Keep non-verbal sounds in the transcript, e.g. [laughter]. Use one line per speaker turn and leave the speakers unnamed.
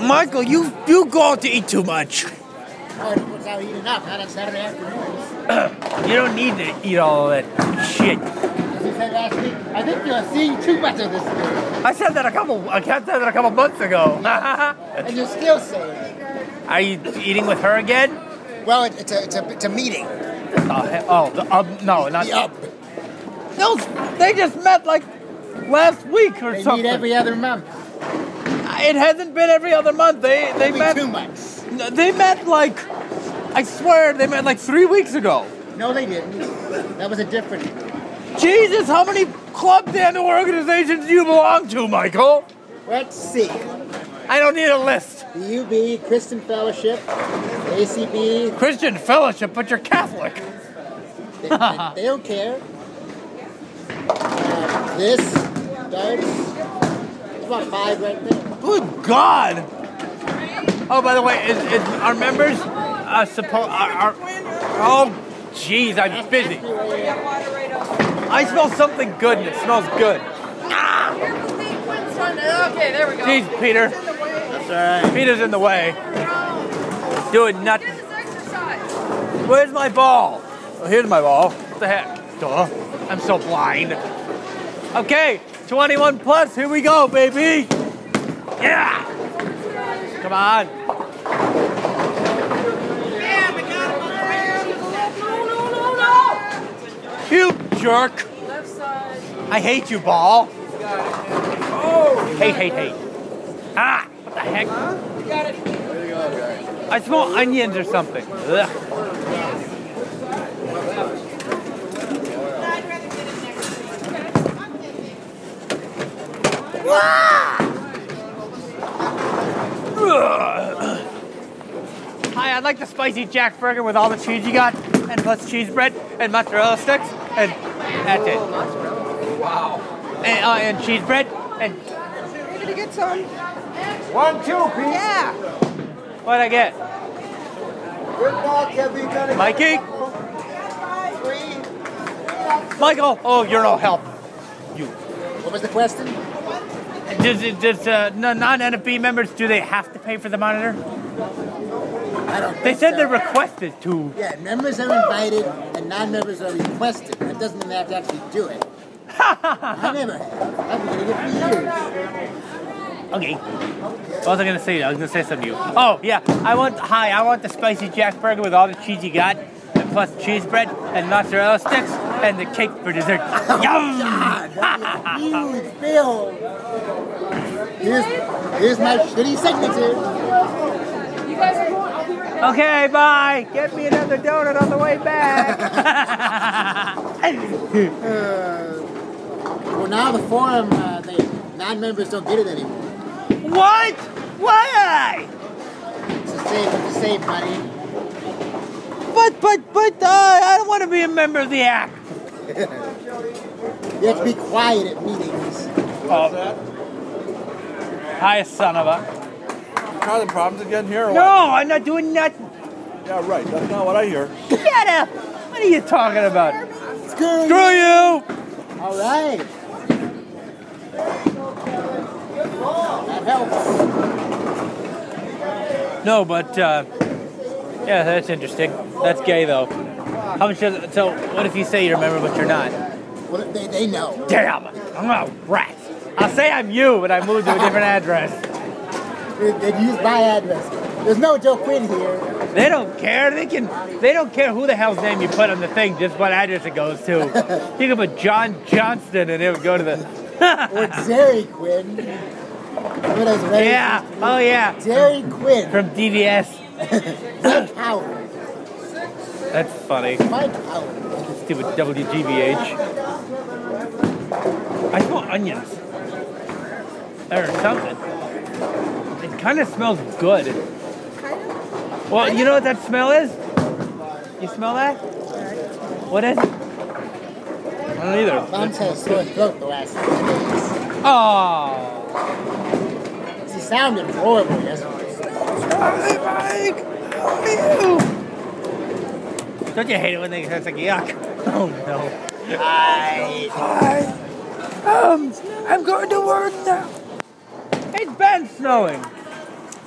Michael, you you go out to eat too much.
I was out eating up. Not on Saturday afternoon.
You don't need to eat all that shit.
As you said last week, I think you are seeing too much of this year,
I said that a couple. I said that a couple months ago. [laughs] Are
and you're still saying it.
you eating with her again?
Well, it, it's, a, it's, a, it's a meeting.
Oh, he- oh the, um, no, not
The up.
Those, they just met like last week or
They
something.
meet every other month.
it hasn't been every other month. They they
Every
met
two months.
No, They met like, I swear, they met like three weeks ago.
No, they didn't. That was a different.
Jesus, how many clubs and organizations do you belong to, Michael?
Let's see.
I don't need a list.
The UB Christian Fellowship, ACB.
Christian Fellowship, but you're Catholic. [laughs]
They, they- they don't care. Uh, this darts. It's about five right there.
Good God. Oh, by the way, is, is our members uh, supposed? Are, are, oh, jeez, I'm busy. I smell something good, and it smells good.
Okay, there we go.
Jeez, Peter,
That's all right.
Peter's in the way. Doing nothing.
This is exercise.
Where's my ball? Oh, here's my ball. What the heck? Duh. I'm so blind. Okay, 21 plus. Here we go, baby. Yeah. Come on.
No, no, no, no.
You jerk.
Left side.
I hate you, ball. Hey, hey, hey. Ah, what the heck? I smell onions or something. Ugh. Ugh. Hi, I'd like the spicy Jack Burger with all the cheese you got, and plus cheese bread, and mozzarella sticks, and that's it. And, uh, and cheese bread, and
You're gonna get some?
One, two, Pete.
Yeah.
what'd I get?
Good luck, everybody.
Mikey?
Three.
Michael? Oh, you're no help.
What was the question?
Does, does uh, non NFB members, do they have to pay for the monitor?
I don't
They
think
said
so.
they requested to.
Yeah, members are invited and non-members are requested. That doesn't mean they have to actually do it. I never have. I've been doing it for years.
Okay. What was I gonna say? I was gonna say something to you. Oh yeah, I want hi. I want the spicy Jack burger with all the cheese you got, and plus cheese bread and mozzarella sticks and the cake for [laughs] dessert. Yum!
God, that is a huge bill. Here's, here's my shitty signature.
You guys are going. I'll be right back.
Okay, bye. Get me another donut on the way [laughs] back.
Well, now the forum, uh, they, non-members don't get it anymore.
what? Why?
It's a save, it's a save money.
But but but uh, I don't want to be a member of the act.
You have to be quiet at meetings.
Oh. Hi, son of a.
Are the problems again here? or
No, I'm not doing nothing.
what? Yeah, right. That's not what I hear.
Shut up. What are you talking about?
Screw
Screw
you.
you.
All right. That helps.
No, but uh, yeah, that's interesting. That's gay though. How much? Does, so, what if you say you remember but you're not?
Well, they, they know.
Damn, I'm a rat. I'll say I'm you, but I moved to a different [laughs] address.
They, they use my address. There's no Joe Quinn here.
They don't care. They can. They don't care who the hell's name you put on the thing. Just what address it goes to. You could put John Johnston, and it would go to the. [laughs]
Or Jerry Quinn. Remember those letters?
Yeah. Oh yeah.
Jerry Quinn.
From DVS.
Mike Howard.
That's funny.
Mike Howard.
Stupid WGBH. I smell onions. Or something. It kind of smells good. Well, you know what that smell is? You smell that? What is it? I don't either.
Mom's had a sore throat the last few
Oh.
days. She sounded horrible yesterday.
Don't you hate it when they taste like yuck? [laughs] Oh no.
I,
Um, I'm going to work now. It's been snowing.